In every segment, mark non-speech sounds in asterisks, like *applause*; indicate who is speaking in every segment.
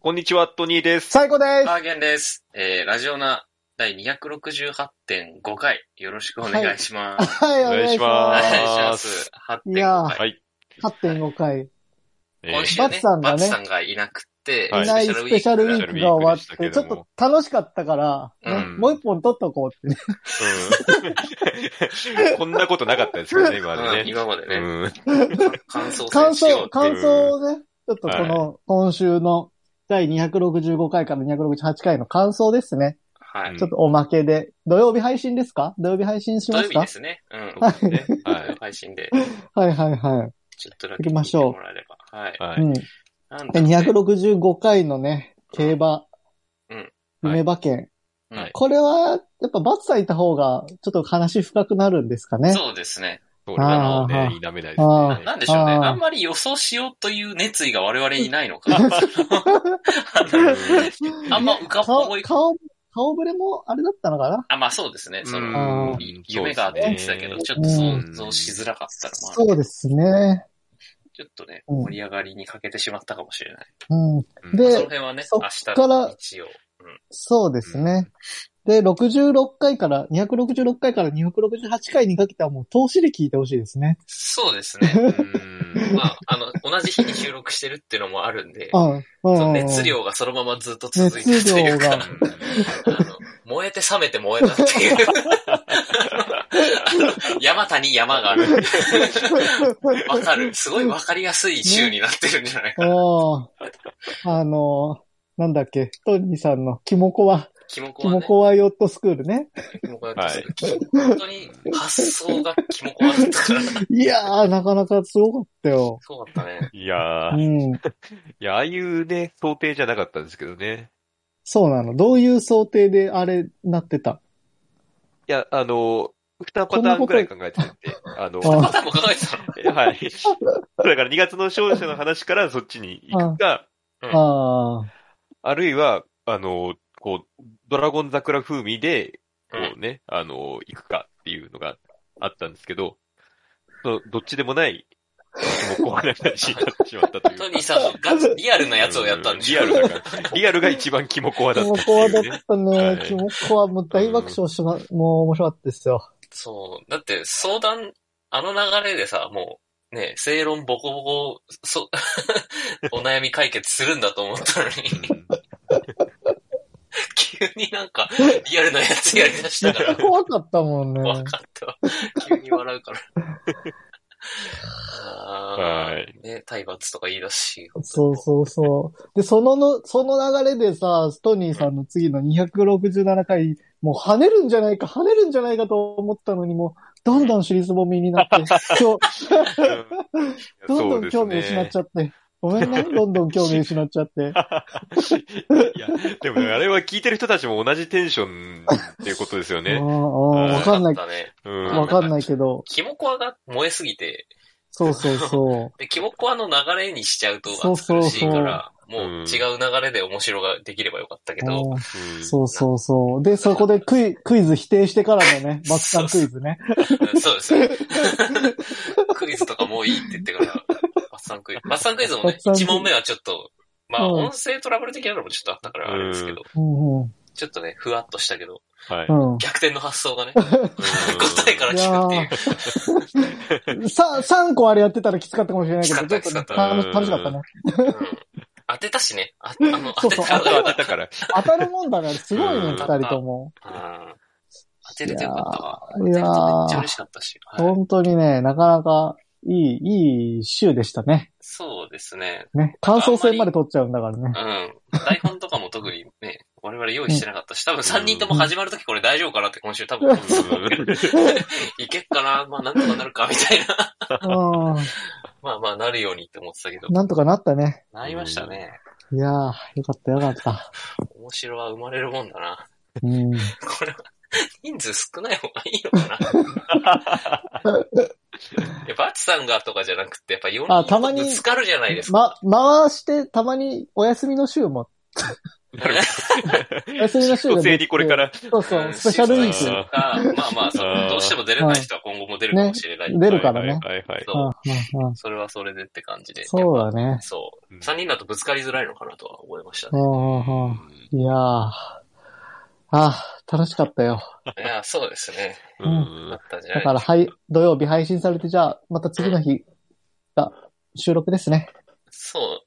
Speaker 1: こんにちは、トニーです。
Speaker 2: 最高です
Speaker 3: ハーゲンです。えー、ラジオナ第268.5回、よろしくお願いします。
Speaker 2: はい、お願いしま
Speaker 1: は
Speaker 3: お
Speaker 1: い
Speaker 3: 願い
Speaker 2: す。
Speaker 3: します。
Speaker 2: いや
Speaker 3: 8.5
Speaker 2: ー
Speaker 1: は
Speaker 3: 回。
Speaker 1: い。
Speaker 2: 8.5回。
Speaker 1: えー
Speaker 3: 今週
Speaker 2: バ
Speaker 3: ね
Speaker 2: ツさん、がね
Speaker 3: バツさんがいなくて、
Speaker 1: はい
Speaker 2: いないスペシャルウィークが終わって、ちょっと楽しかったから、ね
Speaker 1: うん
Speaker 2: もう一本撮っとこうってね。
Speaker 1: うん *laughs* こんなことなかったですけどね、今ま
Speaker 3: う
Speaker 1: で
Speaker 3: ん
Speaker 1: ね。
Speaker 3: 今まで
Speaker 1: う
Speaker 3: ね、
Speaker 1: ん
Speaker 3: 感想
Speaker 2: 感
Speaker 3: 戦し
Speaker 2: 想
Speaker 3: よ、う
Speaker 2: 感想をね、ちょっとこの、今週の第265回から268回の感想ですね。
Speaker 3: は
Speaker 1: う
Speaker 3: い
Speaker 1: ん。
Speaker 2: ちょっとおまけで。土曜日配信ですか土曜日配信し
Speaker 3: 土
Speaker 2: ま
Speaker 3: 曜
Speaker 2: す
Speaker 3: 日
Speaker 2: か
Speaker 3: ですね。う
Speaker 1: そ
Speaker 3: ん。
Speaker 1: うですね。はい。
Speaker 3: 配信で、
Speaker 2: はいはいはい。
Speaker 3: ちょっとだけ聞いてもらえれば。はい。
Speaker 1: は
Speaker 2: う
Speaker 1: い。
Speaker 2: ん。
Speaker 3: なん
Speaker 2: で、
Speaker 3: だろうね
Speaker 2: 265回のね、競馬。
Speaker 3: うん
Speaker 2: 夢馬券。
Speaker 1: はい
Speaker 2: これは、やっぱバツさんいた方が、ちょっと話深くなるんですかね。
Speaker 3: そうですね。
Speaker 1: そうなの
Speaker 2: あ
Speaker 1: ね、
Speaker 2: ー
Speaker 1: 否めないですね。
Speaker 3: なんでしょうね。
Speaker 2: あー
Speaker 3: あんまり予想しようという熱意が我々にな
Speaker 2: *laughs*
Speaker 3: いのか。あんま浮かっぽ
Speaker 2: 顔
Speaker 3: い、
Speaker 2: 顔、顔ぶれもあれだったのかな
Speaker 3: あ、まあそうですね。その、
Speaker 2: の
Speaker 1: うん
Speaker 3: い夢があって言ってたけど、ちょっと想像しづらかったら、まあ、
Speaker 2: そうですね。
Speaker 3: ちょっとね、
Speaker 2: うん
Speaker 3: 盛り上がりに欠けてしまったかもしれない。
Speaker 2: うん。
Speaker 1: うん
Speaker 3: ま
Speaker 2: で
Speaker 3: あその辺はね、
Speaker 2: そ
Speaker 3: 明
Speaker 2: っ
Speaker 3: 日
Speaker 2: から
Speaker 3: 一応。
Speaker 2: そうですね。で、66回から、266回から268回にかけてはもう投資で聞いてほしいですね。
Speaker 3: そうです
Speaker 2: *laughs*
Speaker 3: ね。
Speaker 1: うん
Speaker 3: まあ、あの、同じ日に収録してるっていうのもあるんで、
Speaker 2: うん。うん
Speaker 3: その熱量がそのままずっと続いてるという *laughs*
Speaker 2: 熱量
Speaker 3: か
Speaker 2: が、
Speaker 3: あの燃えて冷めて燃えたっていう。 *laughs* あの山谷山がある。わかる。すごいわかりやすい週になってるんじ
Speaker 2: *laughs*
Speaker 3: ゃないかな。
Speaker 2: ああ。あのー、なんだっけ、トニーさんのキモコワ、
Speaker 3: キモコ
Speaker 2: キ
Speaker 3: は
Speaker 2: モ
Speaker 3: ね、
Speaker 2: コワヨットスクールね。
Speaker 3: キモコだったし本当に発想がキモコだったから。
Speaker 2: いやー、なかなかすごかったよ。
Speaker 3: そうだったね。
Speaker 1: いや
Speaker 2: う
Speaker 1: ー、い
Speaker 2: ん。
Speaker 1: や、ああいうね、想定じゃなかったんですけどね。
Speaker 2: そうなの。どういう想定であれなってた
Speaker 1: いや、あの、二パターンくらい考えてて、あの、
Speaker 2: あ
Speaker 3: パターンも考えてたの
Speaker 1: はい。 *laughs* だから2月の勝者の話からそっちに行くか、
Speaker 2: ああ。
Speaker 1: あるいは、あの、こう、ドラゴン桜風味で、こ
Speaker 3: うん
Speaker 1: うね、あの、行くかっていうのがあったんですけど、そうどっちでもない、もう怖い話になってしまったというか。
Speaker 3: トニーさんもガチ、リアルなやつをやったんでしょ
Speaker 1: うんリアルだから。リアルが一番キモコアだ
Speaker 2: キ
Speaker 1: った
Speaker 2: モ
Speaker 1: って
Speaker 2: コ
Speaker 1: い
Speaker 2: ワ
Speaker 1: う
Speaker 2: だっ
Speaker 1: ね。
Speaker 2: たね
Speaker 1: は。い
Speaker 2: キモコワもう大爆笑しま、もう面白かったで
Speaker 1: *laughs*
Speaker 2: すよ。
Speaker 3: そう。だって、相談、あの流れでさ、もう、ね、正論ボコボコ、そ、 *laughs* お悩み解決するんだと思ったのに、急になんか、リアルなやつやりだしたから、
Speaker 2: 怖かったもんね。
Speaker 3: わかったわ。急に笑うから。
Speaker 1: うん
Speaker 3: あ
Speaker 1: は
Speaker 3: ー
Speaker 1: い。
Speaker 3: ね、体罰とか言い出すし。
Speaker 2: そうそうそう。で、そのの、その流れでさ、ストニーさんの次の267回、もう跳ねるんじゃないか、跳ねるんじゃないかと思ったのに、もう、どんどん尻すぼみ
Speaker 1: *laughs*
Speaker 2: になって、今日、どんどん興味失っち
Speaker 1: ゃ
Speaker 2: ゃって。ごめ
Speaker 1: *laughs*
Speaker 2: んね、どんどん興味失っちゃって。
Speaker 1: いや、でもねあれは聞いてる人たちも同じテンションっていうことですよ
Speaker 2: う
Speaker 1: ね。
Speaker 2: んうんわかんない
Speaker 3: だ、ね。
Speaker 1: うん。
Speaker 2: わかんないけど、
Speaker 3: キモコアが燃えすぎて、
Speaker 2: そうそうそう。
Speaker 3: で、キモコアの流れにしちゃうと
Speaker 2: そう
Speaker 3: 暑
Speaker 2: そう
Speaker 3: 苦
Speaker 2: そう
Speaker 3: しいから、
Speaker 1: う
Speaker 3: もうん違う流れで面白ができればよかったけど、
Speaker 2: うん
Speaker 1: うん
Speaker 2: そうそうそう。で、そこでク
Speaker 3: *laughs*
Speaker 2: イクイズ否定してからのね、バツさんクイズね。
Speaker 3: *laughs* そうですね。クイズとかもういいって言ってから、マッサンクイズ。マッサンクイズも
Speaker 2: マ
Speaker 3: ね
Speaker 2: ッ、サンクイズ
Speaker 3: 1問目はちょっと、まあ、
Speaker 2: うん
Speaker 3: 音声トラブル的なのもちょっとあったからあれですけど、
Speaker 2: うんうん。
Speaker 3: ちょっとね、ふわっとしたけど、
Speaker 1: はい。
Speaker 2: うん。
Speaker 3: 逆転の発想がね、
Speaker 1: うん
Speaker 3: 答えから聞くっていう。
Speaker 2: さ、3個あれやってたらきつかったかもしれないけど、ちょ
Speaker 3: き
Speaker 2: っ
Speaker 3: つかった
Speaker 2: とね
Speaker 3: きつ
Speaker 1: かった
Speaker 2: 楽し楽しかったね。
Speaker 3: うん当てたしね、ああの、
Speaker 2: *laughs* そ
Speaker 3: 当
Speaker 2: う
Speaker 3: て
Speaker 2: そう
Speaker 3: た
Speaker 1: 当たったから。
Speaker 2: 当たるもんだね。すごいね、
Speaker 1: うん
Speaker 2: 二人とも。
Speaker 3: うん当てれてよかったわ。当
Speaker 2: い
Speaker 3: て
Speaker 2: やー
Speaker 3: れてめっちゃ嬉しかったし。はい、
Speaker 2: 本当にね、なかなかいい、いい週でしたね。
Speaker 3: そうですね。
Speaker 2: ね。感想戦まで取っちゃうんだからね
Speaker 3: う。ん。台本とかも特にね、我々用意してなかったし、多分3人とも始まるときこれ大丈夫かなって今週多分思ってた
Speaker 1: *laughs*
Speaker 3: と思うけど、 *laughs* いけっかなまあなんとかなるかみたいな。 *laughs*
Speaker 2: う
Speaker 3: まあまあなるようにって思ってたけど
Speaker 2: ん。、なんとかなったね。
Speaker 3: なりましたね。
Speaker 2: いやー、よかったよかった。
Speaker 3: 面白は生まれるもんだな。
Speaker 2: うん。
Speaker 3: *laughs* これは、人数少ない方がいいのか
Speaker 2: *laughs*
Speaker 3: な。いや、バツさんがとかじゃなくて、やっぱ4人
Speaker 2: あたまに
Speaker 3: ぶつかるじゃないですか。
Speaker 2: ま、回して、たまにお休みの週も
Speaker 1: なる
Speaker 2: 休みの週
Speaker 1: ほど。*laughs* 女性
Speaker 2: ができ
Speaker 3: *laughs*
Speaker 2: て
Speaker 1: にこれから、
Speaker 2: そうそう、スペシャルウィ
Speaker 1: ス
Speaker 2: ー
Speaker 1: あ
Speaker 3: か、まあまあ、そ
Speaker 1: あー
Speaker 3: うどうしても出れない人は今後も出るかもしれない。
Speaker 2: ク。出るからね。
Speaker 1: はいはいはいはい。
Speaker 2: うんうんう
Speaker 3: そう。
Speaker 2: ん
Speaker 3: それはそれでって感じで。
Speaker 2: そうだね。
Speaker 3: そう
Speaker 1: うん。
Speaker 3: 三人だとぶつかりづらいのかなとは思いました
Speaker 2: う
Speaker 3: ね。
Speaker 2: んうんうんいやー。あー、楽しかったよ。
Speaker 3: いや、そうですね。
Speaker 2: う
Speaker 3: あったんじゃ
Speaker 2: だ
Speaker 3: ない
Speaker 2: から、はい、土曜日配信されて、じゃあ、また次の日が収録ですね。
Speaker 3: そう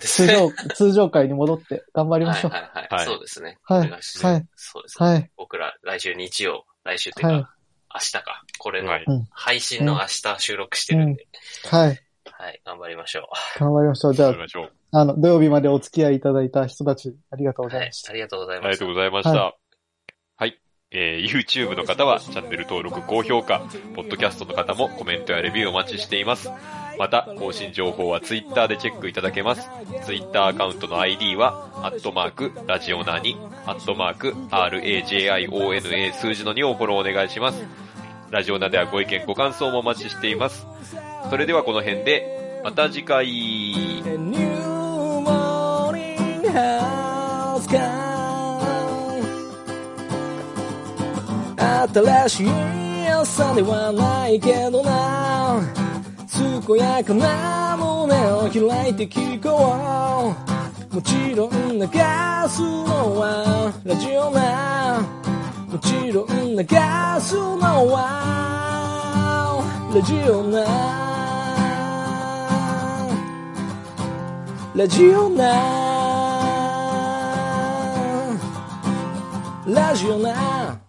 Speaker 3: です
Speaker 2: 通
Speaker 3: ね。
Speaker 2: *laughs* 常、通常回に戻って頑張りま
Speaker 3: はい
Speaker 2: しょう。
Speaker 3: はい
Speaker 1: は
Speaker 3: はいい。そうですね。
Speaker 2: はい
Speaker 3: お願します
Speaker 2: はい
Speaker 3: そうですね。
Speaker 2: はい。
Speaker 3: 僕ら、来週日曜、来週っていう
Speaker 2: は
Speaker 3: か、
Speaker 2: い。
Speaker 3: 明日か。これの
Speaker 1: はい
Speaker 3: 配信の明日収録してるんで、
Speaker 2: はい。
Speaker 3: はい、頑張りましょう。
Speaker 2: 頑張りましょう。じゃ
Speaker 1: や
Speaker 2: あ
Speaker 1: り、ましょう。
Speaker 2: あの、土曜日までお付き合いいただいた人たち、ありがとうござ
Speaker 3: はいい
Speaker 2: まし、
Speaker 3: ありがとうござい
Speaker 1: あり
Speaker 3: ま
Speaker 1: が
Speaker 3: す
Speaker 1: とう。ございました。はい。えー YouTube の方はチャンネル登録、高評価、ポッドキャストの方もコメントやレビューお待ちしています。また、更新情報は Twitter でチェックいただけます。Twitter アカウントの ID は、アットマーク、ラジオナに、アットマーク、RAJIONA 数字の2をフォローお願いします。ラジオナではご意見、ご感想もお待ちしています。それではこの辺で、また次回。
Speaker 4: A new morning has come 新しい朝ではないけどな健やかな胸を開いて聞こうもちろん流すのはラジオなもちろん流すのはラジオなラジオなラジオな